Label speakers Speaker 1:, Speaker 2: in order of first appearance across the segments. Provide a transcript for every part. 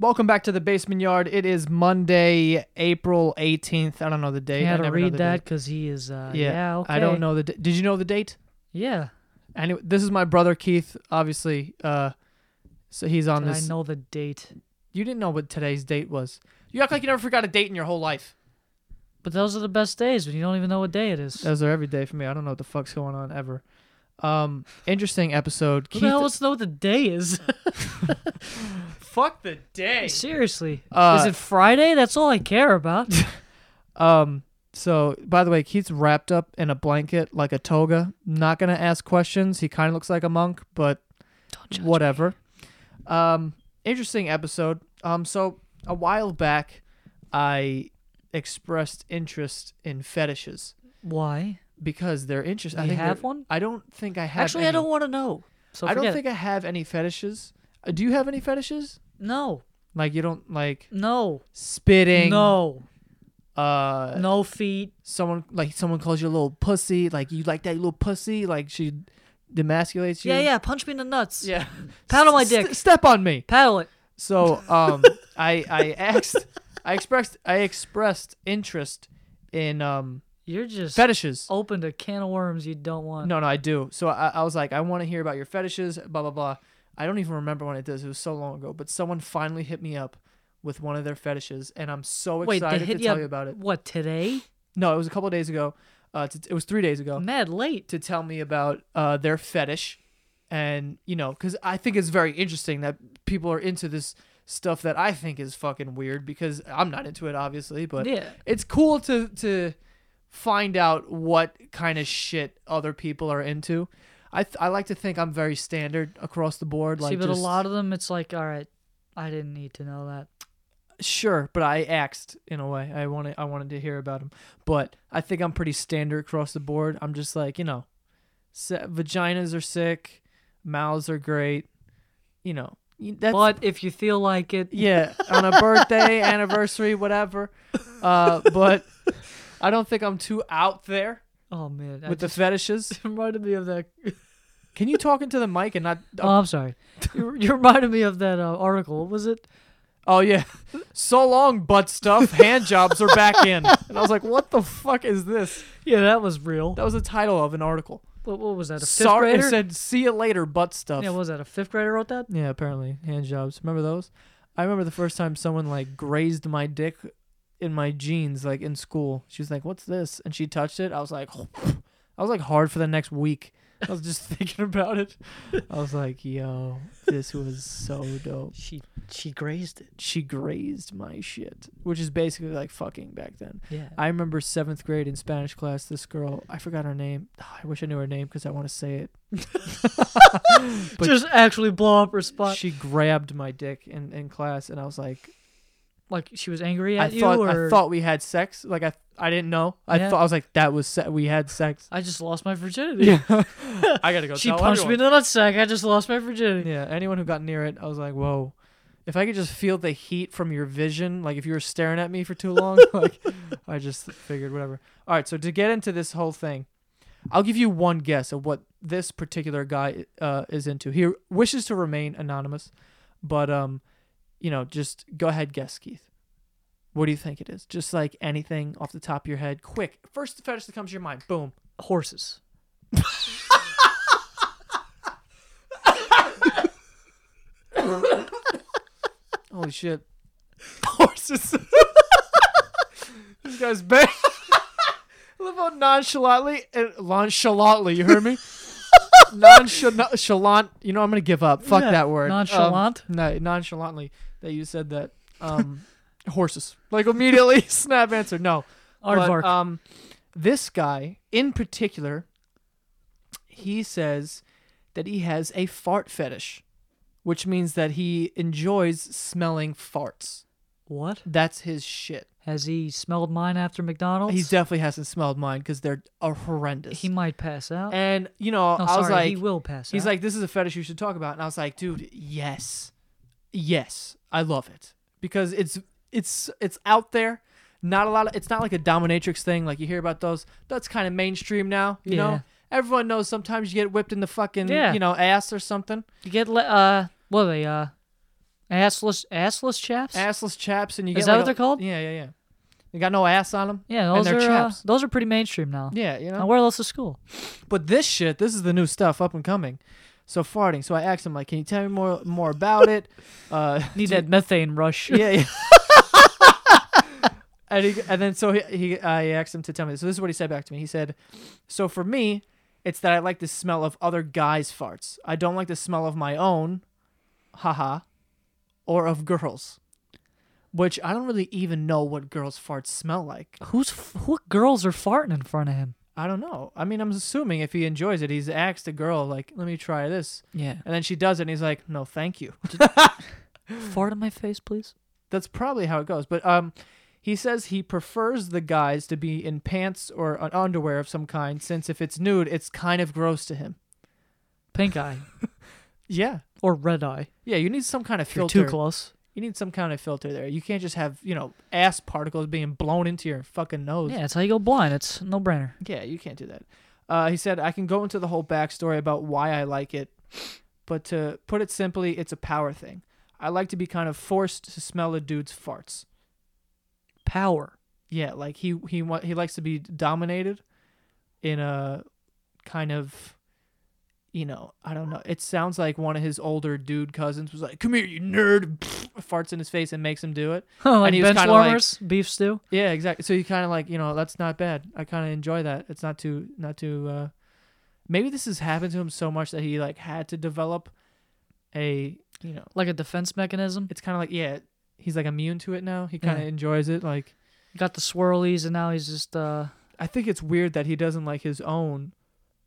Speaker 1: Welcome back to the basement yard. It is Monday, April 18th. I don't know the date.
Speaker 2: You
Speaker 1: I
Speaker 2: had to
Speaker 1: never know
Speaker 2: read
Speaker 1: the
Speaker 2: that
Speaker 1: date.
Speaker 2: because he is. Uh,
Speaker 1: Yeah.
Speaker 2: yeah. Okay.
Speaker 1: I don't know the date. Did you know the date?
Speaker 2: Yeah.
Speaker 1: Anyway, this is my brother Keith, obviously. Uh, so he's on
Speaker 2: Did I
Speaker 1: this.
Speaker 2: know the date.
Speaker 1: You didn't know what today's date was. You act like you never forgot a date in your whole life.
Speaker 2: But those are the best days when you don't even know what day it is.
Speaker 1: Those are every day for me. I don't know what the fuck's going on ever. Um, interesting episode.
Speaker 2: Who the hell wants to know what the day is?
Speaker 1: fuck the day.
Speaker 2: Seriously.
Speaker 1: Uh,
Speaker 2: is it Friday? That's all I care about.
Speaker 1: Um. So, by the way, Keith's wrapped up in a blanket like a toga. Not gonna ask questions. He kind of looks like a monk, but whatever. Um. Interesting episode. Um. So a while back, I expressed interest in fetishes
Speaker 2: Why?
Speaker 1: because they're interesting. I
Speaker 2: You
Speaker 1: think
Speaker 2: have
Speaker 1: they're-
Speaker 2: one?
Speaker 1: I don't think I have.
Speaker 2: Actually, I
Speaker 1: any.
Speaker 2: don't want to know. So
Speaker 1: I don't
Speaker 2: forget it.
Speaker 1: think I have any fetishes. Uh, Do you have any fetishes?
Speaker 2: No.
Speaker 1: Like you don't like
Speaker 2: No.
Speaker 1: spitting.
Speaker 2: No.
Speaker 1: Uh.
Speaker 2: No feet.
Speaker 1: someone like someone calls you a little pussy, like you like that little pussy, like she demasculates you.
Speaker 2: Yeah, yeah. Punch me in the nuts.
Speaker 1: yeah.
Speaker 2: Pat on my
Speaker 1: S- st-
Speaker 2: dick.
Speaker 1: step on me.
Speaker 2: Paddle it.
Speaker 1: So um, I I asked, I expressed, I expressed interest in um
Speaker 2: You're just
Speaker 1: fetishes.
Speaker 2: opened a can of worms you don't want.
Speaker 1: No, no, I do. So I, I was like, I want to hear about your fetishes, blah blah blah. I don't even remember when it does. It was so long ago. But someone finally hit me up with one of their fetishes, and I'm so
Speaker 2: Wait,
Speaker 1: excited
Speaker 2: they hit
Speaker 1: to
Speaker 2: you
Speaker 1: tell
Speaker 2: up,
Speaker 1: you about it.
Speaker 2: What today?
Speaker 1: No, it was a couple of days ago. Uh, t- it was three days ago.
Speaker 2: Mad late.
Speaker 1: to tell me about uh, their fetish and you know because i think it's very interesting that people are into this stuff that i think is fucking weird because i'm not into it obviously but
Speaker 2: Yeah.
Speaker 1: it's cool to to find out what kind of shit other people are into i th- i like to think i'm very standard across the board like
Speaker 2: See, but
Speaker 1: just-
Speaker 2: a lot of them, it's like, all right, I didn't need to know that.
Speaker 1: sure but i asked in a way i wanted i wanted to hear about them but i think i'm pretty standard across the board i'm just like you know se- vaginas are sick mouths are great you know y- that's
Speaker 2: But if you feel like it,
Speaker 1: yeah on a birthday anniversary whatever uh but i don't think i'm too out there
Speaker 2: oh man, I
Speaker 1: with the
Speaker 2: just-
Speaker 1: fetishes
Speaker 2: reminded me of that.
Speaker 1: can you talk into the mic and not
Speaker 2: Oh, I'm sorry. You, you reminded me of that uh, article. What was it?
Speaker 1: Oh yeah. So long, butt stuff. Hand jobs are back in. And I was like, what the fuck is this?
Speaker 2: Yeah, that was real.
Speaker 1: That was the title of an article.
Speaker 2: What, what was that? A fifth
Speaker 1: Sorry, it
Speaker 2: grader?
Speaker 1: said "see you later," butt stuff.
Speaker 2: yeah, what was that a fifth grader wrote that?
Speaker 1: Yeah, apparently hand jobs. Remember those? I remember the first time someone like grazed my dick in my jeans, like in school. She was like, "What's this?" And she touched it. I was like, I was like hard for the next week. I was just thinking about it. I was like, "Yo, this was so dope."
Speaker 2: She she grazed it.
Speaker 1: She grazed my shit, which is basically like fucking back then.
Speaker 2: Yeah.
Speaker 1: I remember seventh grade in Spanish class. This girl, I forgot her name. I wish I knew her name because I want to say it. but-
Speaker 2: Just actually blow up her spot.
Speaker 1: she grabbed my dick in, in class, and I was like,
Speaker 2: like she was angry
Speaker 1: I
Speaker 2: at you,
Speaker 1: thought
Speaker 2: or
Speaker 1: I thought we had sex. Like I I didn't know. I
Speaker 2: Yeah.
Speaker 1: thought I was like that was se- we had sex.
Speaker 2: I just lost my virginity.
Speaker 1: Yeah, I gotta go.
Speaker 2: She
Speaker 1: tell
Speaker 2: punched me in
Speaker 1: everyone.
Speaker 2: the nutsack. I just lost my virginity.
Speaker 1: yeah, anyone who got near it, I was like, whoa. If I could just feel the heat from your vision, like if you were staring at me for too long, like I just figured whatever. All right, so to get into this whole thing, I'll give you one guess of what this particular guy uh, is into. He wishes to remain anonymous, but um, you know, just go ahead, guess, Keith. What do you think it is? Just like anything off the top of your head, quick. First fetish that comes to your mind, boom.
Speaker 2: Horses.
Speaker 1: Holy shit. Horses. this guy's bad. Live on nonchalantly. and- Nonchalantly, you heard me? nonchalant. You know, I'm going to give up. Fuck
Speaker 2: Yeah,
Speaker 1: that word. Um,
Speaker 2: nonchalant?
Speaker 1: no, nonchalantly that you said that. Um, horses. Like immediately, snap answer. No. But,
Speaker 2: Aardvark.
Speaker 1: um, this guy in particular, he says that he has a fart fetish, which means that he enjoys smelling farts.
Speaker 2: what?
Speaker 1: That's his shit.
Speaker 2: Has he smelled mine after McDonald's?
Speaker 1: He definitely hasn't smelled mine because they're are horrendous.
Speaker 2: He might pass out.
Speaker 1: and you know,
Speaker 2: no,
Speaker 1: I
Speaker 2: sorry,
Speaker 1: was like,
Speaker 2: he will pass
Speaker 1: he's
Speaker 2: out.
Speaker 1: like, this is a fetish you should talk about, and I was like, dude, yes, yes, I love it because it's it's it's out there. Not a lot of it's not like a dominatrix thing like you hear about those. That's kind of mainstream now, you
Speaker 2: Yeah.
Speaker 1: know. Everyone knows sometimes you get whipped in the fucking
Speaker 2: Yeah.
Speaker 1: you know ass or something.
Speaker 2: you get le- uh, what are they uh, Assless, assless chaps.
Speaker 1: Assless chaps, and you
Speaker 2: Is
Speaker 1: get
Speaker 2: that
Speaker 1: like
Speaker 2: what
Speaker 1: a-
Speaker 2: they're called?
Speaker 1: Yeah, yeah, yeah. They got no ass on them.
Speaker 2: yeah,
Speaker 1: and
Speaker 2: those
Speaker 1: they're
Speaker 2: are uh,
Speaker 1: chaps.
Speaker 2: those are pretty mainstream now.
Speaker 1: Yeah, you know.
Speaker 2: I wear those to school.
Speaker 1: But this shit, this is the new stuff up and coming. So farting. So I asked him like, "Can you tell me more more about it?" Uh,
Speaker 2: Need
Speaker 1: do-
Speaker 2: that methane rush.
Speaker 1: Yeah. yeah. and, he, and then so he, he I asked him to tell me. So this is what he said back to me. He said, "So for me, it's that I like the smell of other guys' farts. I don't like the smell of my own, haha, or of girls." Which I don't really even know what girls' farts smell like.
Speaker 2: Who's f- what girls are farting in front of him?
Speaker 1: I don't know. I mean, I'm assuming if he enjoys it, he's asked a girl like, "Let me try this."
Speaker 2: Yeah,
Speaker 1: And then she does it, and he's like, "No, thank you."
Speaker 2: fart in my face, please.
Speaker 1: That's probably how it goes. But um, he says he prefers the guys to be in pants or an underwear of some kind, since if it's nude, it's kind of gross to him.
Speaker 2: Pink eye
Speaker 1: Yeah,
Speaker 2: or red eye.
Speaker 1: yeah. You need some kind of
Speaker 2: If you're
Speaker 1: filter.
Speaker 2: too close.
Speaker 1: you need some kind of filter there. You can't just have you know ass particles being blown into your fucking nose.
Speaker 2: Yeah, that's how you go blind. It's no brainer.
Speaker 1: Yeah, you can't do that. Uh, he said, I can go into the whole backstory about why I like it, but to put it simply, it's a power thing. I like to be kind of forced to smell a dude's farts.
Speaker 2: Power.
Speaker 1: Yeah, like he he wa- he likes to be dominated in a kind of you know, I don't know. It sounds like one of his older dude cousins was like, "Come here, you nerd." farts in his face and makes him do it.
Speaker 2: like
Speaker 1: he was
Speaker 2: bench
Speaker 1: kinda like-
Speaker 2: warmers, beef stew.
Speaker 1: Yeah, exactly. So you kind of like, you know, that's not bad. I kind of enjoy that. It's not too, not too. Uh, maybe this has happened to him so much that he like had to develop a, you know,
Speaker 2: Like a defense mechanism.
Speaker 1: it's kind of like yeah, he's like immune to it now. He kind of
Speaker 2: Yeah.
Speaker 1: enjoys it. Like
Speaker 2: Got the swirlies, and now he's just uh,
Speaker 1: I think it's weird that he doesn't like his own,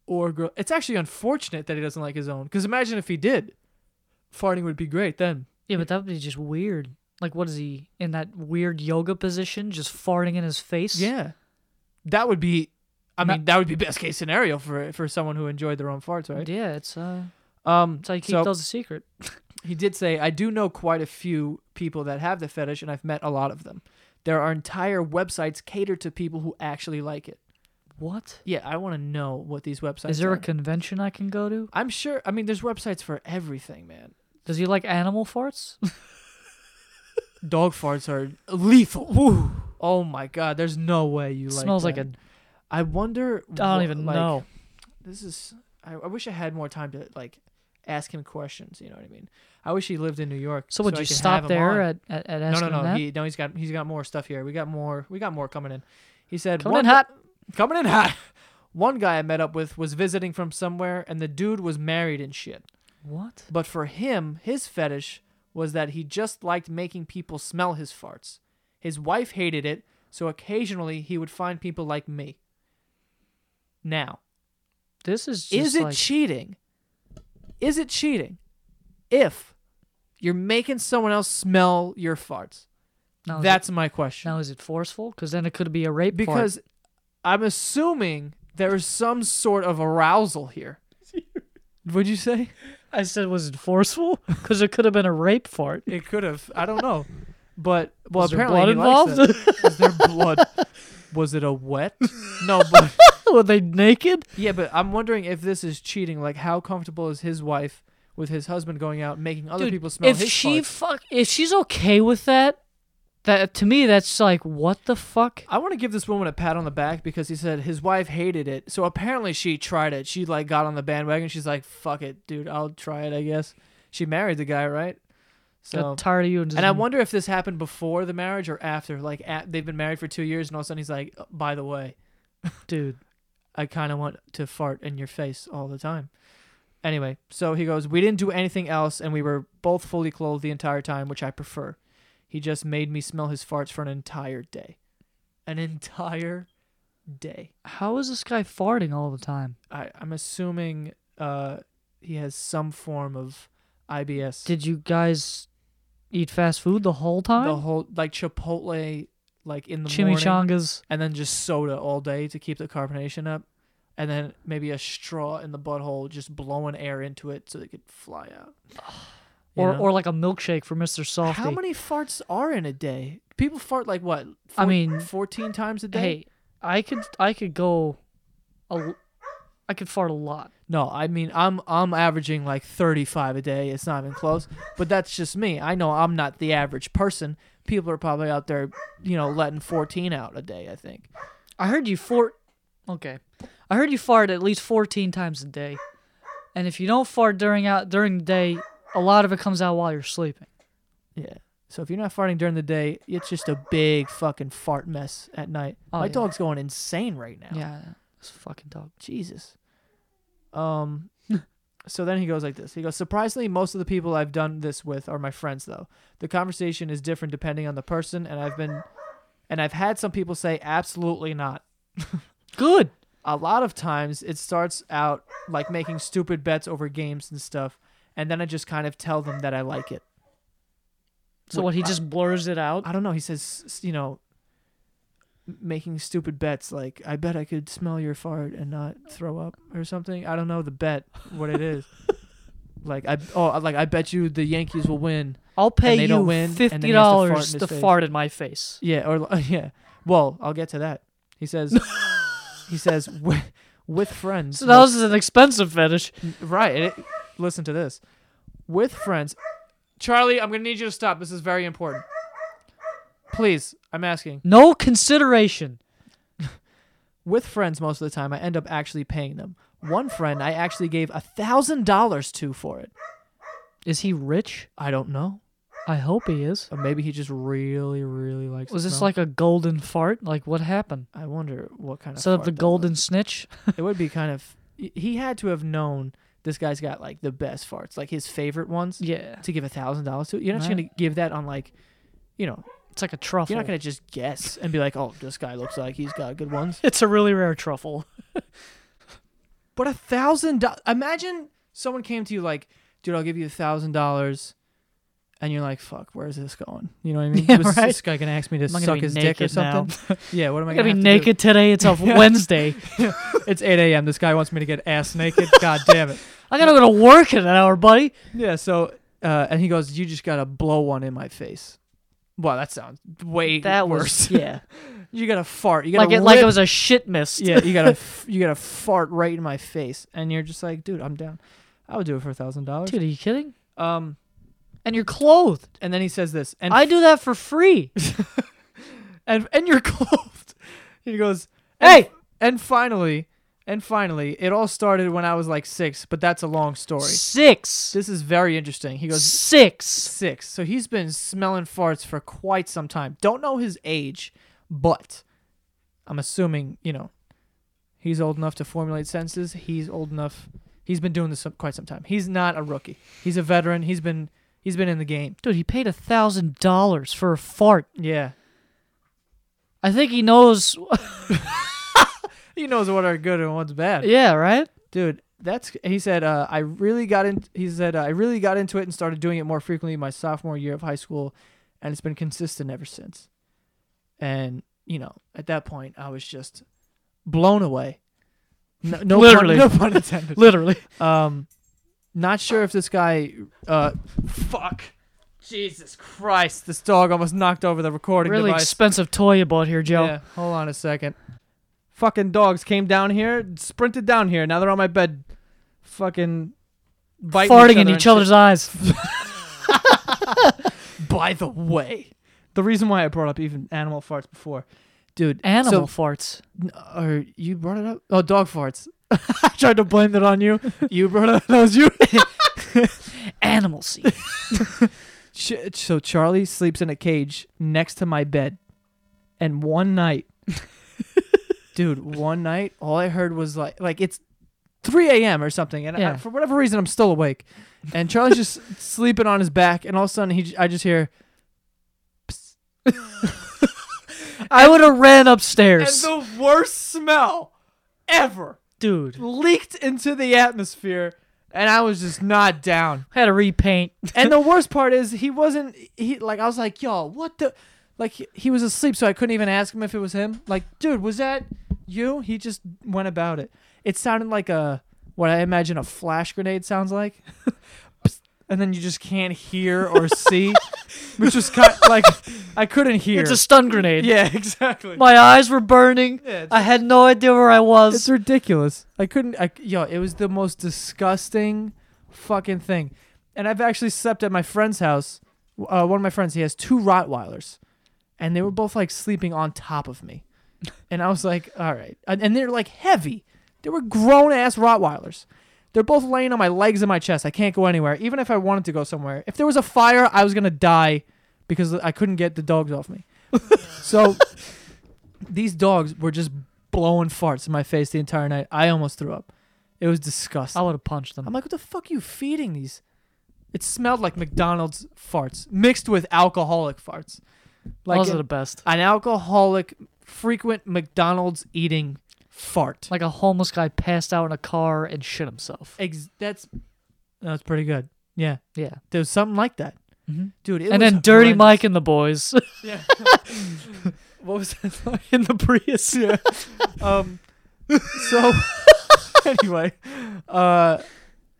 Speaker 1: or girl. It's actually unfortunate that he doesn't like his own. Because imagine if he did, farting would be great then.
Speaker 2: Yeah, but that would be just weird. Like, what is he in that weird yoga position, just farting in his face?
Speaker 1: Yeah, that would be. I
Speaker 2: Ma-
Speaker 1: mean, that would be best case scenario for for someone who enjoyed their own farts, right?
Speaker 2: yeah. It's uh,
Speaker 1: Um,
Speaker 2: it's how you keep
Speaker 1: so-
Speaker 2: those a secret.
Speaker 1: He did say, I do know quite a few people that have the fetish, and I've met a lot of them. There are entire websites catered to people who actually like it.
Speaker 2: What
Speaker 1: Yeah, I want to know what these websites
Speaker 2: is there
Speaker 1: are.
Speaker 2: a convention I can go to?
Speaker 1: I'm sure, I mean, there's websites for everything, man.
Speaker 2: Does he like animal farts?
Speaker 1: Dog farts are lethal. Oh my God, there's no way you like
Speaker 2: Smells like a.
Speaker 1: them. I wonder.
Speaker 2: I don't even know.
Speaker 1: This is. I, I wish I had more time to, like, ask him questions. You know what I mean? I wish he lived in New York.
Speaker 2: So would
Speaker 1: I
Speaker 2: you
Speaker 1: could have
Speaker 2: stop
Speaker 1: him
Speaker 2: there
Speaker 1: on.
Speaker 2: at, at, at
Speaker 1: No,
Speaker 2: asking
Speaker 1: no,
Speaker 2: him
Speaker 1: no.
Speaker 2: that?
Speaker 1: He, no, he's got he's got more stuff here. We got more. We got more coming in. He said
Speaker 2: Coming in
Speaker 1: "One-
Speaker 2: hot.
Speaker 1: coming in hot. One guy I met up with was visiting from somewhere, and the dude was married and shit.
Speaker 2: What?
Speaker 1: But for him, his fetish was that he just liked making people smell his farts. His wife hated it, so occasionally he would find people like me. Now,
Speaker 2: This is just
Speaker 1: is it
Speaker 2: like,
Speaker 1: cheating? Is it cheating if you're making someone else smell your farts?
Speaker 2: now is it-
Speaker 1: That's my question.
Speaker 2: now is it forceful? Because then it could be a rape. fart.
Speaker 1: because I'm assuming there is some sort of arousal here. Would you say
Speaker 2: I said, was it forceful? Because it could have been a rape fart.
Speaker 1: it could have? I don't know, but well,
Speaker 2: Was there
Speaker 1: apparently he
Speaker 2: blood
Speaker 1: likes
Speaker 2: involved?
Speaker 1: it. Was there blood? Was it a wet? No, but
Speaker 2: Were they naked?
Speaker 1: yeah, but I'm wondering if this is cheating. Like, how comfortable is his wife with his husband going out making other
Speaker 2: Dude,
Speaker 1: people smell
Speaker 2: if
Speaker 1: his
Speaker 2: she
Speaker 1: farts?
Speaker 2: fuck if she's okay with that that to me that's like what the fuck
Speaker 1: I want to give this woman a pat on the back because he said his wife hated it. So apparently she tried it. She like got on the bandwagon. She's like, "Fuck it, dude. I'll try it, I guess." She married the guy, right? So
Speaker 2: Got tired of you and, just,
Speaker 1: and I wonder if this happened before the marriage or after. Like at, they've been married for 2 years and all of a sudden he's like, "Oh, "By the way,
Speaker 2: dude
Speaker 1: I kind of want to fart in your face all the time." Anyway, so he goes, "We didn't do anything else and we were both fully clothed the entire time, which I prefer. He just made me smell his farts for an entire day." An entire day.
Speaker 2: how is this guy farting all the time
Speaker 1: I, I'm assuming uh, he has some form of IBS.
Speaker 2: did you guys eat fast food the whole time
Speaker 1: the whole like Chipotle like in the morning,
Speaker 2: chimichangas
Speaker 1: and then just soda all day to keep the carbonation up, and then maybe a straw in the butthole just blowing air into it so they could fly out. You
Speaker 2: or
Speaker 1: know?
Speaker 2: or like a milkshake for mr softy
Speaker 1: how many farts are in a day? People fart like what?
Speaker 2: I
Speaker 1: four-
Speaker 2: mean,
Speaker 1: fourteen times a day.
Speaker 2: hey i could i could go a l- I could fart a lot
Speaker 1: No, I mean I'm I'm averaging like 35 a day. It's not even close. but that's just me. I know I'm not the average person. People are probably out there, you know, letting 14 out a day. I think.
Speaker 2: I heard you fart. Okay, I heard you fart at least fourteen times a day, and if you don't fart during out during the day, a lot of it comes out while you're sleeping.
Speaker 1: Yeah. So if you're not farting during the day, it's just a big fucking fart mess at night.
Speaker 2: Oh,
Speaker 1: My
Speaker 2: yeah.
Speaker 1: dog's going insane right now.
Speaker 2: Yeah, it's a fucking dog.
Speaker 1: Jesus. Um so then he goes like this. He goes, "Surprisingly, most of the people I've done this with are my friends though. The conversation is different depending on the person and I've been and I've had some people say absolutely not.
Speaker 2: Good.
Speaker 1: A lot of times it starts out like making stupid bets over games and stuff and then I just kind of tell them that I like it.
Speaker 2: So what? He just blurs it out.
Speaker 1: I don't know. He says, s- you know, m- making stupid bets like I bet I could smell your fart and not throw up or something. I don't know the bet what it is. like I oh like I bet you the Yankees will win.
Speaker 2: I'll pay
Speaker 1: they
Speaker 2: you
Speaker 1: don't win, and then he has to fart in
Speaker 2: fifty dollars
Speaker 1: his
Speaker 2: to
Speaker 1: face.
Speaker 2: fart in my face.
Speaker 1: Yeah, or li- yeah. Well, I'll get to that. He says he says with, with friends.
Speaker 2: So that was an expensive fetish.
Speaker 1: right. and it- listen to this. With friends. Charlie, I'm going to need you to stop. This is very important. Please, I'm asking.
Speaker 2: No consideration.
Speaker 1: with friends most of the time i end up actually paying them one friend i actually gave a thousand dollars to for it
Speaker 2: Is he rich?
Speaker 1: i don't know
Speaker 2: I hope he is.
Speaker 1: or maybe he just really really likes
Speaker 2: Was
Speaker 1: the
Speaker 2: this
Speaker 1: smell.
Speaker 2: like a golden fart? Like what happened?
Speaker 1: i wonder what kind of
Speaker 2: Instead of
Speaker 1: fart
Speaker 2: the
Speaker 1: that
Speaker 2: golden snitch,
Speaker 1: was. it would be kind of he had to have known this guy's got like the best farts like his favorite ones
Speaker 2: yeah,
Speaker 1: to give a thousand dollars to you're not just
Speaker 2: Right.
Speaker 1: gonna give that on like you know
Speaker 2: it's like a truffle.
Speaker 1: you're not gonna just guess and be like oh this guy looks like he's got good ones
Speaker 2: It's a really rare truffle.
Speaker 1: But a thousand dollars. Imagine someone came to you like, dude, I'll give you a thousand dollars. And you're like, fuck, where's this going? You know what I mean?
Speaker 2: Yeah,
Speaker 1: Was
Speaker 2: right.
Speaker 1: this guy going to ask me to
Speaker 2: Am I gonna
Speaker 1: suck
Speaker 2: be
Speaker 1: his dick or
Speaker 2: naked now?
Speaker 1: something? yeah, what am I
Speaker 2: I'm
Speaker 1: going
Speaker 2: gonna
Speaker 1: to
Speaker 2: be
Speaker 1: do?
Speaker 2: naked today. It's a Wednesday.
Speaker 1: It's 8 a.m. This guy wants me to get ass naked. God damn it.
Speaker 2: I gotta go to work in an hour, buddy.
Speaker 1: Yeah, so, uh, and he goes, you just got to blow one in my face. Wow, that sounds way
Speaker 2: That
Speaker 1: worse.
Speaker 2: was yeah,
Speaker 1: you got to fart. You got to
Speaker 2: like it like it was a shit mist.
Speaker 1: yeah, you got to you got to fart right in my face, and you're just like, dude, I'm down. I would do it for a thousand dollars.
Speaker 2: dude, are you kidding?
Speaker 1: Um,
Speaker 2: And you're clothed.
Speaker 1: and then he says this, and
Speaker 2: I do that for free.
Speaker 1: and and you're clothed. He goes,
Speaker 2: Hey!
Speaker 1: and finally, and finally, it all started when I was like six, but that's a long story.
Speaker 2: Six,
Speaker 1: This is very interesting. He goes
Speaker 2: six.
Speaker 1: six, so he's been smelling farts for quite some time. Don't know his age, but I'm assuming you know he's old enough to formulate sentences. He's old enough. He's been doing this some- quite some time. He's not a rookie. He's a veteran. He's been he's been in the game.
Speaker 2: Dude, he paid a thousand dollars for a fart.
Speaker 1: Yeah,
Speaker 2: I think he knows.
Speaker 1: he knows what are good and what's bad.
Speaker 2: yeah, right.
Speaker 1: dude that's he said uh, i really got in he said uh, i really got into it and started doing it more frequently my sophomore year of high school and it's been consistent ever since and you know at that point i was just blown away no, no
Speaker 2: Literally.
Speaker 1: pun, no pun intended
Speaker 2: Literally.
Speaker 1: um not sure if this guy uh fuck jesus christ this dog almost knocked over the recording
Speaker 2: Really
Speaker 1: device
Speaker 2: expensive toy you bought here, Joe.
Speaker 1: yeah, hold on a second. Fucking dogs came down here, sprinted down here. Now they're on my bed, fucking biting
Speaker 2: Farting in
Speaker 1: and
Speaker 2: each other's eyes.
Speaker 1: shit. By the way, the reason why I brought up even animal farts before, dude.
Speaker 2: Animal farts.
Speaker 1: So, n- or you brought it up? Oh, dog farts. I tried to blame it on you. You brought it. That was you.
Speaker 2: Animal seed.
Speaker 1: Ch- so Charlie sleeps in a cage next to my bed, and one night, dude, one night, all I heard was like, like it's 3 a.m. or something, and I-
Speaker 2: Yeah.
Speaker 1: for whatever reason, I'm still awake, and Charlie's just sleeping on his back, and all of a sudden, he, j- I just hear,
Speaker 2: I would have ran
Speaker 1: and
Speaker 2: upstairs.
Speaker 1: the worst smell ever
Speaker 2: Dude,
Speaker 1: leaked into the atmosphere, and I was just not down.
Speaker 2: had to repaint.
Speaker 1: and the worst part is he wasn't he like I was like, yo, what the like he- he was asleep so I couldn't even ask him if it was him. Like, dude, was that you? He just went about it. It sounded like a what I imagine a flash grenade sounds like. Psst. and then you just can't hear or see. which was kind like I couldn't hear.
Speaker 2: It's a stun grenade.
Speaker 1: yeah, exactly.
Speaker 2: My eyes were burning.
Speaker 1: Yeah, it's-
Speaker 2: I had no idea where I
Speaker 1: It's
Speaker 2: was.
Speaker 1: ridiculous. I couldn't. I, yo, it was the most disgusting fucking thing. And I've actually slept at my friend's house. Uh, one of my friends, he has two Rottweilers, and they were both like sleeping on top of me. And I was like, all right. And, and they're like heavy. They were grown ass Rottweilers. They're both laying on my legs and my chest. I can't go anywhere. Even if I wanted to go somewhere, if there was a fire, I was gonna die because I couldn't get the dogs off me. so these dogs were just blowing farts in my face the entire night. I almost threw up. It was
Speaker 2: I
Speaker 1: disgusting.
Speaker 2: would have punched them.
Speaker 1: I'm like, what the fuck are you feeding these? It smelled like McDonald's farts mixed with alcoholic farts. Like
Speaker 2: Those
Speaker 1: an,
Speaker 2: are the best.
Speaker 1: an alcoholic, frequent McDonald's eating fart.
Speaker 2: Like a homeless guy passed out in a car and shit himself.
Speaker 1: Ex- that's that's pretty good. Yeah,
Speaker 2: Yeah.
Speaker 1: there was something like that,
Speaker 2: Mhm.
Speaker 1: dude. It
Speaker 2: And
Speaker 1: was
Speaker 2: then Dirty
Speaker 1: horrendous.
Speaker 2: Mike and the boys
Speaker 1: Yeah. what was that? like?
Speaker 2: in the Prius. Yeah.
Speaker 1: Um. So anyway, uh,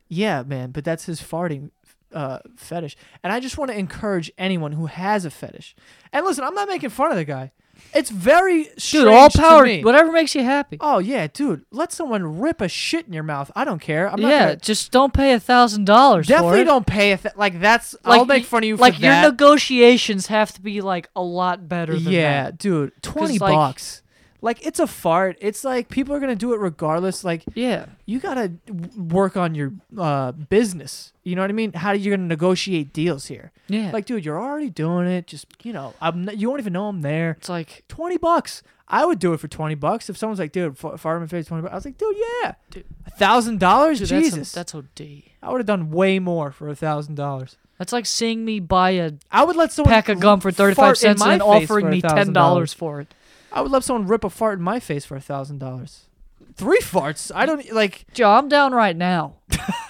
Speaker 1: yeah, man. But that's his farting uh fetish, and I just want to encourage anyone who has a fetish. And listen, I'm not making fun of the guy. It's very
Speaker 2: Dude,
Speaker 1: strange
Speaker 2: all
Speaker 1: to
Speaker 2: power.
Speaker 1: me.
Speaker 2: Whatever makes you happy.
Speaker 1: Oh yeah, dude. Let someone rip a shit in your mouth. I don't care. I'm not
Speaker 2: yeah,
Speaker 1: gonna-
Speaker 2: just don't pay a thousand dollars. for
Speaker 1: definitely
Speaker 2: it.
Speaker 1: don't pay. If that, like that's. I'll
Speaker 2: Like,
Speaker 1: make
Speaker 2: y-
Speaker 1: fun of you
Speaker 2: Like
Speaker 1: for
Speaker 2: your
Speaker 1: that.
Speaker 2: negotiations have to be like a lot better. Than
Speaker 1: yeah,
Speaker 2: that.
Speaker 1: dude. Twenty
Speaker 2: like-
Speaker 1: bucks. Like it's a fart. It's like people are gonna do it regardless. Like
Speaker 2: yeah.
Speaker 1: you gotta w- work on your uh, business. You know what I mean? How are you gonna negotiate deals here?
Speaker 2: Yeah.
Speaker 1: Like, dude, you're already doing it. Just you know, I'm. Not, you won't even know I'm there.
Speaker 2: it's like
Speaker 1: Twenty bucks. I would do it for twenty bucks. If someone's like, dude, f- fire in my face, twenty bucks. I was like, dude, yeah,
Speaker 2: Dude.
Speaker 1: a thousand dollars.
Speaker 2: dude,
Speaker 1: Jesus,
Speaker 2: That's, o- that's OD.
Speaker 1: I would have done way more for a thousand dollars.
Speaker 2: That's like seeing me buy a
Speaker 1: I would let someone
Speaker 2: pack of gum for
Speaker 1: r-
Speaker 2: thirty
Speaker 1: fart
Speaker 2: five
Speaker 1: in
Speaker 2: cents and
Speaker 1: my
Speaker 2: then
Speaker 1: face for
Speaker 2: offering me ten
Speaker 1: $1,000.
Speaker 2: dollars for it.
Speaker 1: I would let someone rip a fart in my face for a thousand dollars. Three farts. I don't e, like
Speaker 2: Joe, I'm down right now.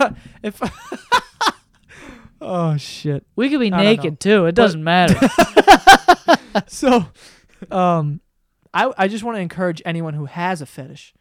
Speaker 1: if. oh shit.
Speaker 2: We could be
Speaker 1: I don't
Speaker 2: naked too. It doesn't matter.
Speaker 1: so um i i just want to encourage anyone who has a fetish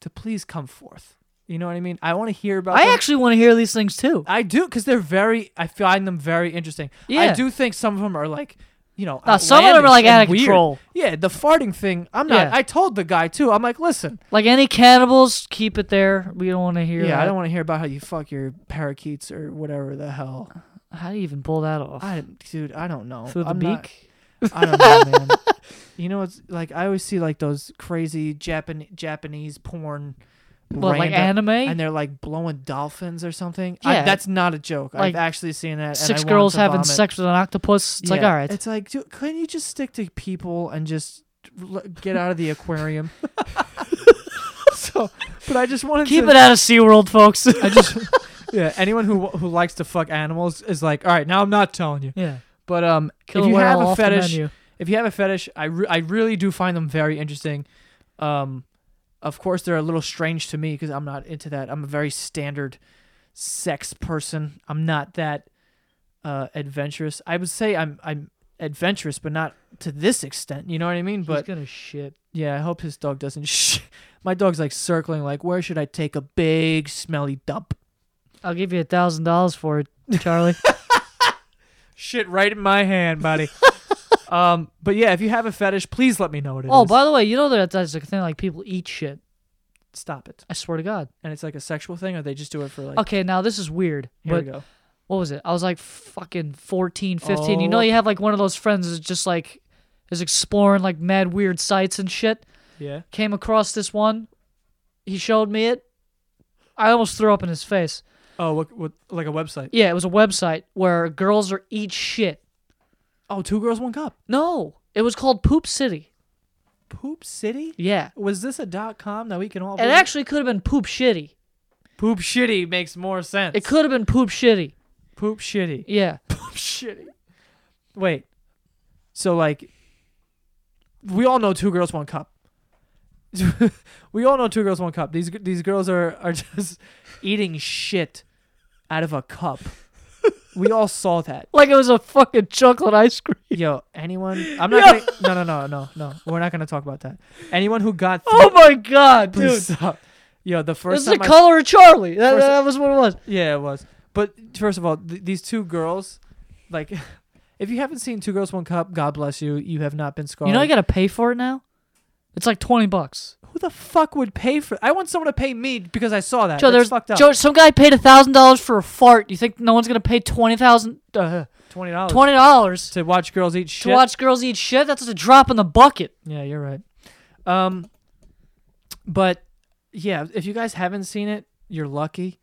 Speaker 1: to please come forth you know what i mean i want to hear about
Speaker 2: I
Speaker 1: them.
Speaker 2: actually want to hear these things too.
Speaker 1: i do because they're very i find them very interesting i
Speaker 2: Yeah.
Speaker 1: do think some of them are like you know
Speaker 2: Now, some of them are
Speaker 1: outlandish
Speaker 2: like
Speaker 1: and
Speaker 2: out of
Speaker 1: weird.
Speaker 2: control.
Speaker 1: yeah the farting thing i'm not
Speaker 2: Yeah.
Speaker 1: i told the guy too i'm like listen
Speaker 2: Like any cannibals, keep it there. We don't want to hear.
Speaker 1: yeah i
Speaker 2: that.
Speaker 1: don't want to hear about how you fuck your parakeets or whatever the hell
Speaker 2: How do you even pull that off?
Speaker 1: i dude i don't know
Speaker 2: Through the
Speaker 1: I'm
Speaker 2: beak.
Speaker 1: not- I don't know, man. You know, it's like I always see like those crazy Japan Japanese porn,
Speaker 2: What, like
Speaker 1: random-
Speaker 2: anime?
Speaker 1: and they're like blowing dolphins or something. I-
Speaker 2: Yeah.
Speaker 1: that's not a joke. I've
Speaker 2: Like,
Speaker 1: actually seen that. and I
Speaker 2: Six
Speaker 1: wanted
Speaker 2: girls
Speaker 1: to
Speaker 2: having
Speaker 1: vomit.
Speaker 2: sex with an octopus. It's like,
Speaker 1: Yeah.
Speaker 2: all right.
Speaker 1: It's like, dude, couldn't you just stick to people and just l- get out of the aquarium? so, but I just wanted
Speaker 2: Keep
Speaker 1: to
Speaker 2: it out of SeaWorld, folks.
Speaker 1: I just yeah. Anyone who who likes to fuck animals is like, all right, now I'm not telling you.
Speaker 2: yeah.
Speaker 1: But um,
Speaker 2: Kill
Speaker 1: if you
Speaker 2: a whale
Speaker 1: have a
Speaker 2: off the
Speaker 1: fetish,
Speaker 2: menu.
Speaker 1: if you have a fetish, I, re- I really do find them very interesting. Um, of course, they're a little strange to me because I'm not into that. I'm a very standard sex person. I'm not that uh, adventurous. I would say I'm I'm adventurous, but not to this extent. You know what I mean? But
Speaker 2: He's gonna shit.
Speaker 1: yeah, I hope his dog doesn't. Sh- My dog's like circling, like where should I take a big smelly dump?
Speaker 2: I'll give you a thousand dollars for it, Charlie.
Speaker 1: Shit, right in my hand, buddy. um, but yeah, if you have a fetish, please let me know what it is.
Speaker 2: oh, by the way, you know that that's a thing. Like people eat shit.
Speaker 1: stop it.
Speaker 2: I swear to God.
Speaker 1: and it's like a sexual thing, or they just do it for like.
Speaker 2: Okay, now this is weird.
Speaker 1: Here
Speaker 2: but
Speaker 1: we go.
Speaker 2: what was it? I was like fucking 14, 15. You
Speaker 1: Oh.
Speaker 2: know, you have like one of those friends is just like is exploring like mad weird sites and shit.
Speaker 1: Yeah.
Speaker 2: Came across this one. He showed me it. I almost threw up in his face.
Speaker 1: Oh, what, what? Like a website.
Speaker 2: Yeah, it was a website where girls are eat shit.
Speaker 1: Oh, two girls, one cup.
Speaker 2: No, it was called Poop City.
Speaker 1: Poop City.
Speaker 2: Yeah.
Speaker 1: Was this a dot com that we can all?
Speaker 2: It
Speaker 1: visit?
Speaker 2: actually could have been Poop Shitty.
Speaker 1: poop shitty makes more sense.
Speaker 2: It could have been Poop Shitty.
Speaker 1: poop shitty.
Speaker 2: Yeah.
Speaker 1: Poop shitty. Wait. So like, we all know two girls, one cup. we all know two girls, one cup. These these girls are are just eating shit out of a cup. we all saw that.
Speaker 2: Like it was a fucking chocolate ice cream.
Speaker 1: Yo, anyone? I'm not.
Speaker 2: Yo.
Speaker 1: Gonna, no, no, no, no, no. We're not gonna talk about that. Anyone who got three,
Speaker 2: Oh my god, dude.
Speaker 1: please
Speaker 2: This
Speaker 1: stop. Yo, the
Speaker 2: is
Speaker 1: first
Speaker 2: the
Speaker 1: time. I,
Speaker 2: color of Charlie. That,
Speaker 1: First-
Speaker 2: that was what it was.
Speaker 1: yeah, it was. But first of all, th- these two girls, like, If you haven't seen Two Girls One Cup, God bless you. You have not been scarred.
Speaker 2: You know you gotta pay for it now. It's like twenty bucks.
Speaker 1: Who the fuck would pay for? I want someone to pay me because I saw that.
Speaker 2: Joe,
Speaker 1: That's
Speaker 2: there's
Speaker 1: fucked up.
Speaker 2: Joe. Some guy paid a thousand dollars for a fart. You think no one's gonna pay twenty thousand, uh,
Speaker 1: Twenty dollars
Speaker 2: twenty dollars
Speaker 1: to watch girls eat Oh,
Speaker 2: to
Speaker 1: shit.
Speaker 2: watch girls eat shit? That's just a drop in the bucket.
Speaker 1: Yeah, you're right. Um, but yeah, if you guys haven't seen it, you're lucky.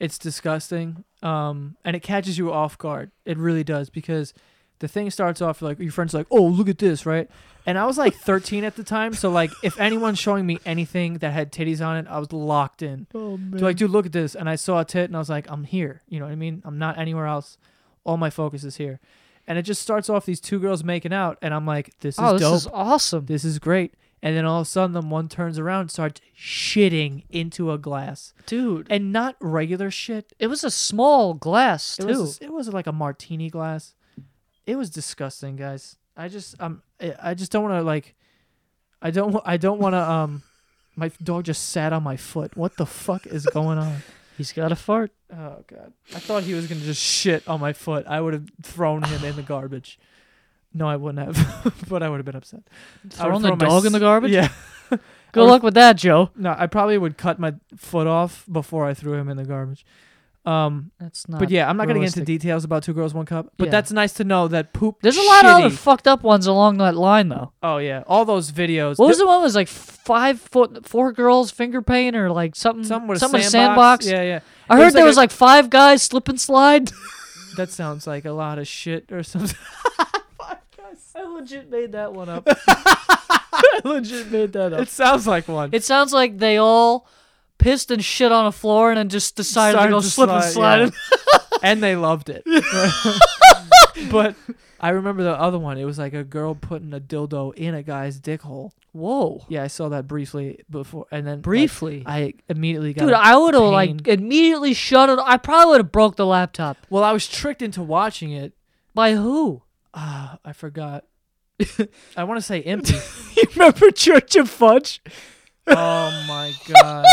Speaker 1: It's disgusting. Um, and it catches you off guard. It really does because the thing starts off like your friends like, "Oh, look at this," right? And I was like 13 at the time, so like if anyone's showing me anything that had titties on it, I was locked in.
Speaker 2: Oh man.
Speaker 1: They're like, dude, look at this. And I saw a tit and I was like, I'm here. You know what I mean? I'm not anywhere else. All my focus is here. And it just starts off these two girls making out, and I'm like, this is
Speaker 2: oh, this
Speaker 1: dope
Speaker 2: is awesome.
Speaker 1: this is great. And then all of a sudden, the one turns around and starts shitting into a glass,
Speaker 2: Dude,
Speaker 1: and not regular shit.
Speaker 2: it was a small glass
Speaker 1: It
Speaker 2: too.
Speaker 1: was it was like a martini glass. It was disgusting, guys. I just um I- I just don't want to like, I don't wa- I don't want to um, my dog just sat on my foot. What the fuck is going on?
Speaker 2: He's got a fart.
Speaker 1: Oh god, I thought he was gonna just shit on my foot. I would have thrown him in the garbage. No, I wouldn't have, but I would have been upset. I would
Speaker 2: Throwing the
Speaker 1: throw my
Speaker 2: dog in the
Speaker 1: s-
Speaker 2: garbage.
Speaker 1: Yeah.
Speaker 2: Good
Speaker 1: would-
Speaker 2: luck with that, Joe.
Speaker 1: No, I probably would cut my foot off before I threw him in the garbage. Um,
Speaker 2: That's not.
Speaker 1: but yeah, I'm not going to get into
Speaker 2: Uh, realistic.
Speaker 1: details about two girls, one cup. But
Speaker 2: Yeah.
Speaker 1: that's nice to know that poop.
Speaker 2: There's a lot of other
Speaker 1: shitty-
Speaker 2: fucked up ones along that line though.
Speaker 1: oh yeah, all those videos.
Speaker 2: What was the one? that was like five foot four girls finger paint or like something?
Speaker 1: Some with a
Speaker 2: something with a
Speaker 1: sandbox.
Speaker 2: sandbox.
Speaker 1: Yeah, yeah.
Speaker 2: I
Speaker 1: It
Speaker 2: heard
Speaker 1: was
Speaker 2: there
Speaker 1: like
Speaker 2: was
Speaker 1: a-
Speaker 2: like five guys slip and slide.
Speaker 1: That sounds like a lot of shit or something.
Speaker 2: I legit made that one up.
Speaker 1: I legit made that up. It sounds like one.
Speaker 2: It sounds like they all pissed and shit on a floor and then just decided to
Speaker 1: Started
Speaker 2: go
Speaker 1: to
Speaker 2: slip and slide.
Speaker 1: slide, yeah. and they loved it. but I remember the other one. It was like a girl putting a dildo in a guy's dick hole.
Speaker 2: Whoa!
Speaker 1: Yeah, I saw that briefly before, and then like,
Speaker 2: Briefly,
Speaker 1: I immediately got
Speaker 2: dude,
Speaker 1: a-
Speaker 2: I would have
Speaker 1: pain.
Speaker 2: like immediately shut it. I probably would have broke the laptop.
Speaker 1: Well, I was tricked into watching it.
Speaker 2: By who?
Speaker 1: Ah, I forgot. I want to say empty.
Speaker 2: you remember Church of Fudge?
Speaker 1: oh my god,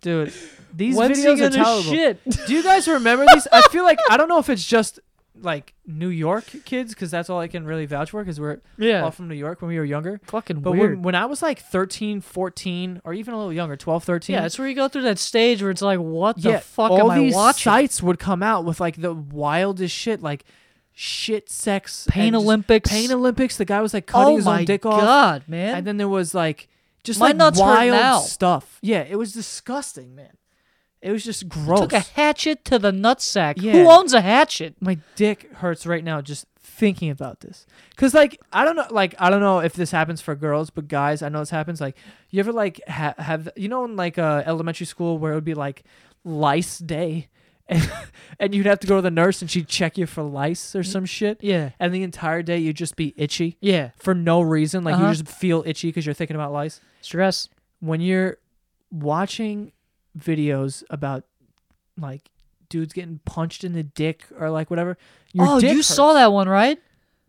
Speaker 1: dude, these
Speaker 2: When's he
Speaker 1: videos are
Speaker 2: gonna
Speaker 1: terrible.
Speaker 2: shit?
Speaker 1: Do you guys remember these? I feel like I don't know if it's just like New York kids because that's all I can really vouch for because we're
Speaker 2: yeah,
Speaker 1: all from New York when we were younger.
Speaker 2: Oh, fucking
Speaker 1: But
Speaker 2: weird.
Speaker 1: when, when I was like 13, 14, or even a little younger, 12, 13,
Speaker 2: yeah, that's where you go through that stage where it's like, what the
Speaker 1: yeah,
Speaker 2: fuck
Speaker 1: all
Speaker 2: am
Speaker 1: these
Speaker 2: I watching?
Speaker 1: sites would come out with like the wildest shit, like shit, sex,
Speaker 2: Pain
Speaker 1: and just-
Speaker 2: Olympics.
Speaker 1: Pain Olympics. The guy was like cutting
Speaker 2: oh
Speaker 1: his
Speaker 2: my
Speaker 1: own dick off,
Speaker 2: god, man!
Speaker 1: and then there was like just
Speaker 2: My
Speaker 1: like
Speaker 2: nuts hurt
Speaker 1: wild
Speaker 2: now.
Speaker 1: stuff. Yeah, it was disgusting, man. It was just gross.
Speaker 2: Took a hatchet to the nutsack.
Speaker 1: Yeah.
Speaker 2: Who owns a hatchet?
Speaker 1: my dick hurts right now just thinking about this. Cause like I don't know, like I don't know if this happens for girls, but guys, I know this happens. Like you ever like ha- have you know in like uh, elementary school where it would be like lice day, and, and you'd have to go to the nurse and she'd check you for lice or some shit,
Speaker 2: Yeah,
Speaker 1: and the entire day you'd just be itchy
Speaker 2: yeah.
Speaker 1: for no reason. Like
Speaker 2: Uh-huh.
Speaker 1: you just feel itchy because you're thinking about lice.
Speaker 2: Stress.
Speaker 1: When you're watching videos about like dudes getting punched in the dick or like whatever, your
Speaker 2: oh,
Speaker 1: dick
Speaker 2: you
Speaker 1: hurts.
Speaker 2: saw that one, right?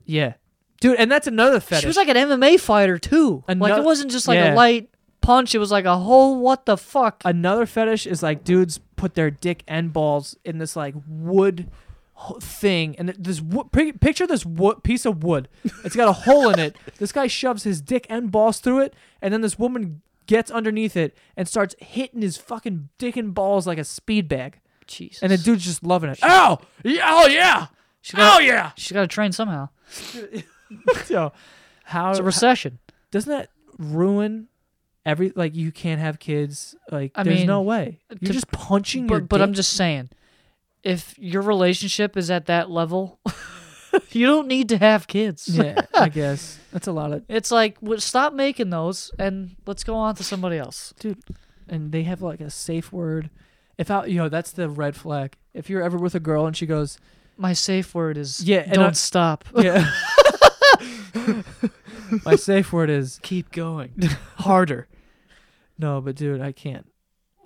Speaker 1: Yeah. Dude, and that's another fetish.
Speaker 2: She was like an MMA fighter too. like
Speaker 1: Ano-
Speaker 2: it wasn't just like
Speaker 1: Yeah.
Speaker 2: a light punch. It was like a whole what the fuck.
Speaker 1: another fetish is like dudes put their dick and balls in this like wood ho- thing and th- this wo- pi- picture this wo- piece of wood. It's got a hole in it. This guy shoves his dick and balls through it and then this woman gets underneath it and starts hitting his fucking dick and balls like a speed bag.
Speaker 2: Jesus.
Speaker 1: And the dude's just loving it. Ow! Yeah, Oh yeah.
Speaker 2: got-
Speaker 1: oh yeah.
Speaker 2: she's got to train somehow.
Speaker 1: So how
Speaker 2: It's a recession.
Speaker 1: doesn't that ruin every like you can't have kids like
Speaker 2: I
Speaker 1: there's
Speaker 2: mean,
Speaker 1: no way you're
Speaker 2: to-
Speaker 1: just punching your
Speaker 2: But but I'm
Speaker 1: dick.
Speaker 2: just saying, if your relationship is at that level, you don't need to have kids.
Speaker 1: yeah i guess that's a lot of
Speaker 2: It's like w- stop making those and let's go on to somebody else.
Speaker 1: and they have like a safe word if I, you know that's the red flag if you're ever with a girl and she goes
Speaker 2: My safe word is
Speaker 1: Yeah, and
Speaker 2: Don't
Speaker 1: I-
Speaker 2: stop.
Speaker 1: yeah my safe word is
Speaker 2: Keep going harder.
Speaker 1: no but dude i can't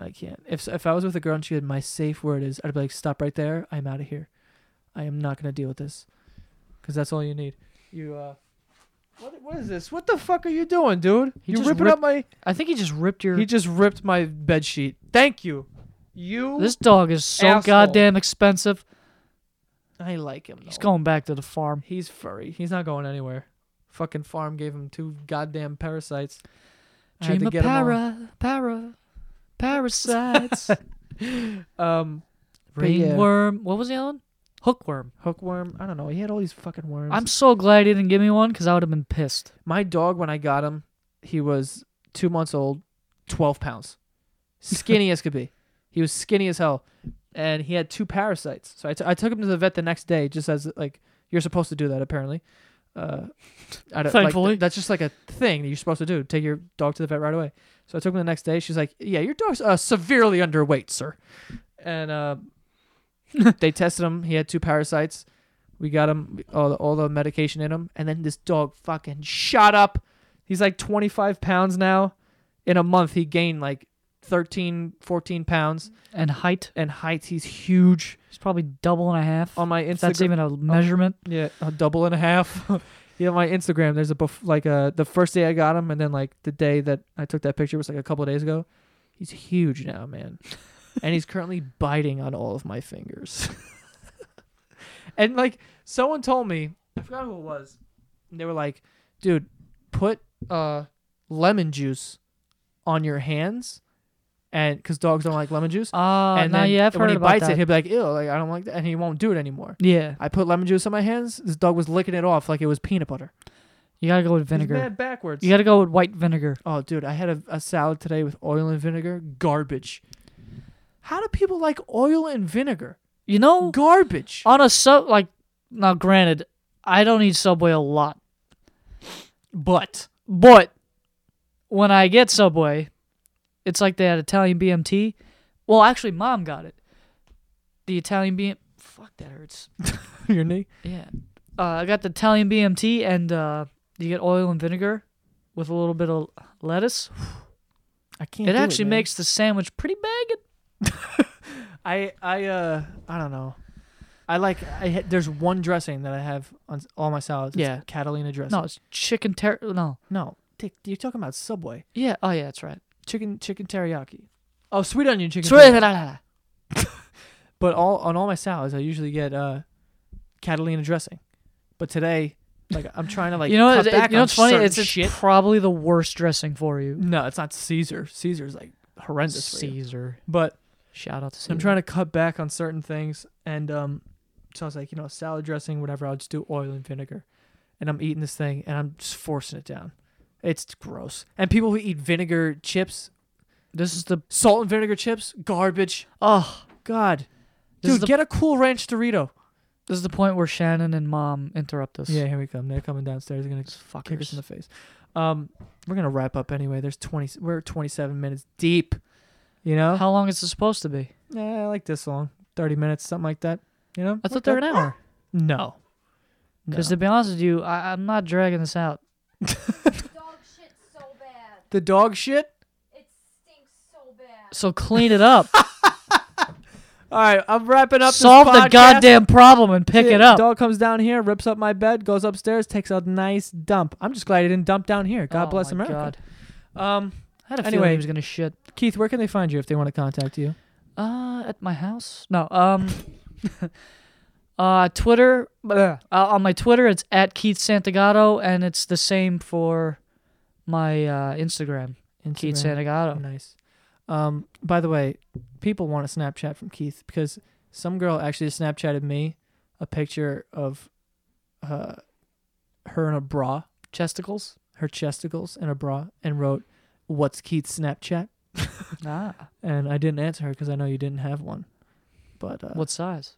Speaker 1: i can't if if i was with a girl and she had my safe word is i'd be like stop right there i'm out of here i am not going to deal with this because that's all you need you uh what, what is this? What the fuck are you doing, dude?
Speaker 2: He
Speaker 1: you
Speaker 2: just
Speaker 1: ripping
Speaker 2: ripped
Speaker 1: up my
Speaker 2: I think he just ripped your.
Speaker 1: He just ripped my bed sheet. Thank you. You
Speaker 2: This dog is so
Speaker 1: Asshole.
Speaker 2: goddamn expensive.
Speaker 1: I like him.
Speaker 2: He's
Speaker 1: though.
Speaker 2: going back to the farm.
Speaker 1: He's furry. He's not going anywhere. Fucking farm gave him two goddamn parasites. I had
Speaker 2: Dream
Speaker 1: to
Speaker 2: of
Speaker 1: get 'em all.
Speaker 2: para, para, parasites.
Speaker 1: Um, But yeah.
Speaker 2: Ringworm. What was the other one? Hookworm.
Speaker 1: hookworm. I don't know. He had all these fucking worms.
Speaker 2: I'm so glad he didn't give me one because I would have been pissed.
Speaker 1: My dog, when I got him, he was two months old, 12 pounds. Skinny as could be. He was skinny as hell. And he had two parasites. So I, t- I took him to the vet the next day, just as, like, you're supposed to do that, apparently. Uh, I don't, like,
Speaker 2: Thankfully.
Speaker 1: that's just like a thing that you're supposed to do. Take your dog to the vet right away. So I took him the next day. She's like, Yeah, your dog's uh, severely underweight, sir. And uh, they tested him. He had two parasites. We got him all the, all the medication in him, and then this dog fucking shot up. He's like 25 pounds now. In a month, he gained like 13, 14 pounds.
Speaker 2: And height.
Speaker 1: And height, he's huge.
Speaker 2: He's probably double and a half.
Speaker 1: On my
Speaker 2: if that's
Speaker 1: Instagram,
Speaker 2: even a measurement.
Speaker 1: yeah, a double and a half. yeah, on my Instagram, there's a bef- like uh the first day I got him, and then like the day that I took that picture was like a couple of days ago. He's huge now, man, and he's currently biting on all of my fingers. and like someone told me, I forgot who it was. And they were like, "Dude, put uh lemon juice on your hands." And because dogs don't like lemon juice,
Speaker 2: Ah,
Speaker 1: and
Speaker 2: now
Speaker 1: then
Speaker 2: yeah, I've
Speaker 1: when
Speaker 2: heard
Speaker 1: he
Speaker 2: about
Speaker 1: bites
Speaker 2: that.
Speaker 1: it, he'll be like, "Ew, like I don't like that," and he won't do it anymore.
Speaker 2: yeah,
Speaker 1: I put lemon juice on my hands. This dog was licking it off like it was peanut butter.
Speaker 2: you gotta go with
Speaker 1: He's
Speaker 2: vinegar.
Speaker 1: mad backwards.
Speaker 2: You gotta go with white vinegar.
Speaker 1: Oh, dude, I had a, a salad today with oil and vinegar. Garbage. How do people like oil and vinegar?
Speaker 2: You know,
Speaker 1: Garbage.
Speaker 2: on a sub like now, granted, I don't eat Subway a lot,
Speaker 1: But
Speaker 2: but when I get Subway, it's like they had Italian BMT. Well, actually, mom got it. The Italian BM. Fuck that hurts.
Speaker 1: your knee.
Speaker 2: Yeah. Uh, I got the Italian BMT, and uh, you get oil and vinegar with a little bit of lettuce.
Speaker 1: I can't.
Speaker 2: It
Speaker 1: do
Speaker 2: actually
Speaker 1: man.
Speaker 2: makes the sandwich pretty big.
Speaker 1: I I uh I don't know. I like I ha- there's one dressing that I have on s- all my salads. It's
Speaker 2: Yeah.
Speaker 1: Catalina dressing.
Speaker 2: No, it's chicken ter. No.
Speaker 1: no. Dick, you're talking about Subway
Speaker 2: Yeah. Oh, yeah, that's right.
Speaker 1: chicken chicken teriyaki. Oh, sweet onion chicken. teriyaki.
Speaker 2: Sweet
Speaker 1: But all on all my salads, I usually get uh, Catalina dressing. But today, like I'm trying to like
Speaker 2: you know,
Speaker 1: cut
Speaker 2: it,
Speaker 1: back
Speaker 2: you know
Speaker 1: on
Speaker 2: what's funny?
Speaker 1: certain
Speaker 2: It's, it's
Speaker 1: shit. Mm.
Speaker 2: probably the worst dressing for you.
Speaker 1: No, it's not Caesar. Caesar's like horrendous. for you.
Speaker 2: Caesar.
Speaker 1: But
Speaker 2: Shout out to Caesar.
Speaker 1: I'm trying to cut back on certain things, and um, so I was like, you know, salad dressing, whatever. I'll just do oil and vinegar, and I'm eating this thing, and I'm just forcing it down. It's gross. And people who eat vinegar chips,
Speaker 2: This is the
Speaker 1: salt and vinegar chips, garbage.
Speaker 2: oh,
Speaker 1: God,
Speaker 2: This is
Speaker 1: dude,
Speaker 2: the-
Speaker 1: get a Cool Ranch Dorito.
Speaker 2: this is the point where Shannon and Mom interrupt us.
Speaker 1: Yeah, here we come. They're coming downstairs. They're gonna
Speaker 2: These
Speaker 1: kick us in
Speaker 2: fuckers.
Speaker 1: the face. Um, we're gonna wrap up anyway. There's twenty. We're twenty seven minutes deep. You know,
Speaker 2: How long is it supposed to be?
Speaker 1: yeah, I like this long, thirty minutes, something like that. You know,
Speaker 2: I thought they were an hour.
Speaker 1: no,
Speaker 2: Because
Speaker 1: No.
Speaker 2: to be honest with you, I, I'm not dragging this out.
Speaker 3: dog shit so bad.
Speaker 1: the dog shit.
Speaker 3: It stinks so bad.
Speaker 2: So clean it up.
Speaker 1: All right, I'm wrapping up.
Speaker 2: Solve
Speaker 1: this
Speaker 2: the
Speaker 1: podcast.
Speaker 2: goddamn problem and pick
Speaker 1: Yeah,
Speaker 2: it up.
Speaker 1: Dog comes down here, rips up my bed, goes upstairs, takes a nice dump. I'm just glad he didn't dump down here. God
Speaker 2: Oh
Speaker 1: bless
Speaker 2: my
Speaker 1: America.
Speaker 2: God.
Speaker 1: Um,
Speaker 2: I had a
Speaker 1: Anyway.
Speaker 2: feeling he was gonna shit.
Speaker 1: Keith, where can they find you if they want to contact you?
Speaker 2: Uh, at my house? No. Um. uh, Twitter. bleh. Uh, on my Twitter, it's at Keith Santagato, and it's the same for my uh, Instagram, Keith
Speaker 1: Instagram.
Speaker 2: Santagato.
Speaker 1: Nice. Um, by the way, people want a Snapchat from Keith because some girl actually Snapchatted me a picture of uh, her in a bra,
Speaker 2: Chesticles.
Speaker 1: her chesticles in a bra, and wrote, What's Keith's Snapchat?
Speaker 2: Ah.
Speaker 1: And I didn't answer her because I know you didn't have one. But uh,
Speaker 2: What size?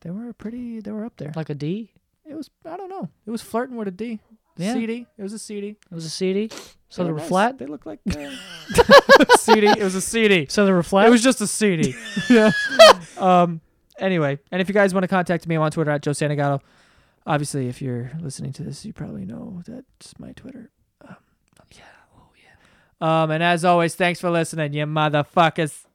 Speaker 1: they were pretty, they were up there.
Speaker 2: Like a D?
Speaker 1: It was, I don't know. It was flirting with a D.
Speaker 2: Yeah.
Speaker 1: CD. It was a CD.
Speaker 2: It was a CD. So
Speaker 1: They
Speaker 2: they
Speaker 1: were
Speaker 2: were
Speaker 1: nice.
Speaker 2: flat.
Speaker 1: They looked like uh, CD. It was a CD.
Speaker 2: So they were
Speaker 1: It
Speaker 2: flat.
Speaker 1: was just a CD. yeah. Um. Anyway, and if you guys want to contact me, I'm on Twitter at Joe Santagato. Obviously, if you're listening to this, you probably know that's my Twitter. Um, yeah. Oh yeah. Um. And as always, thanks for listening, you motherfuckers.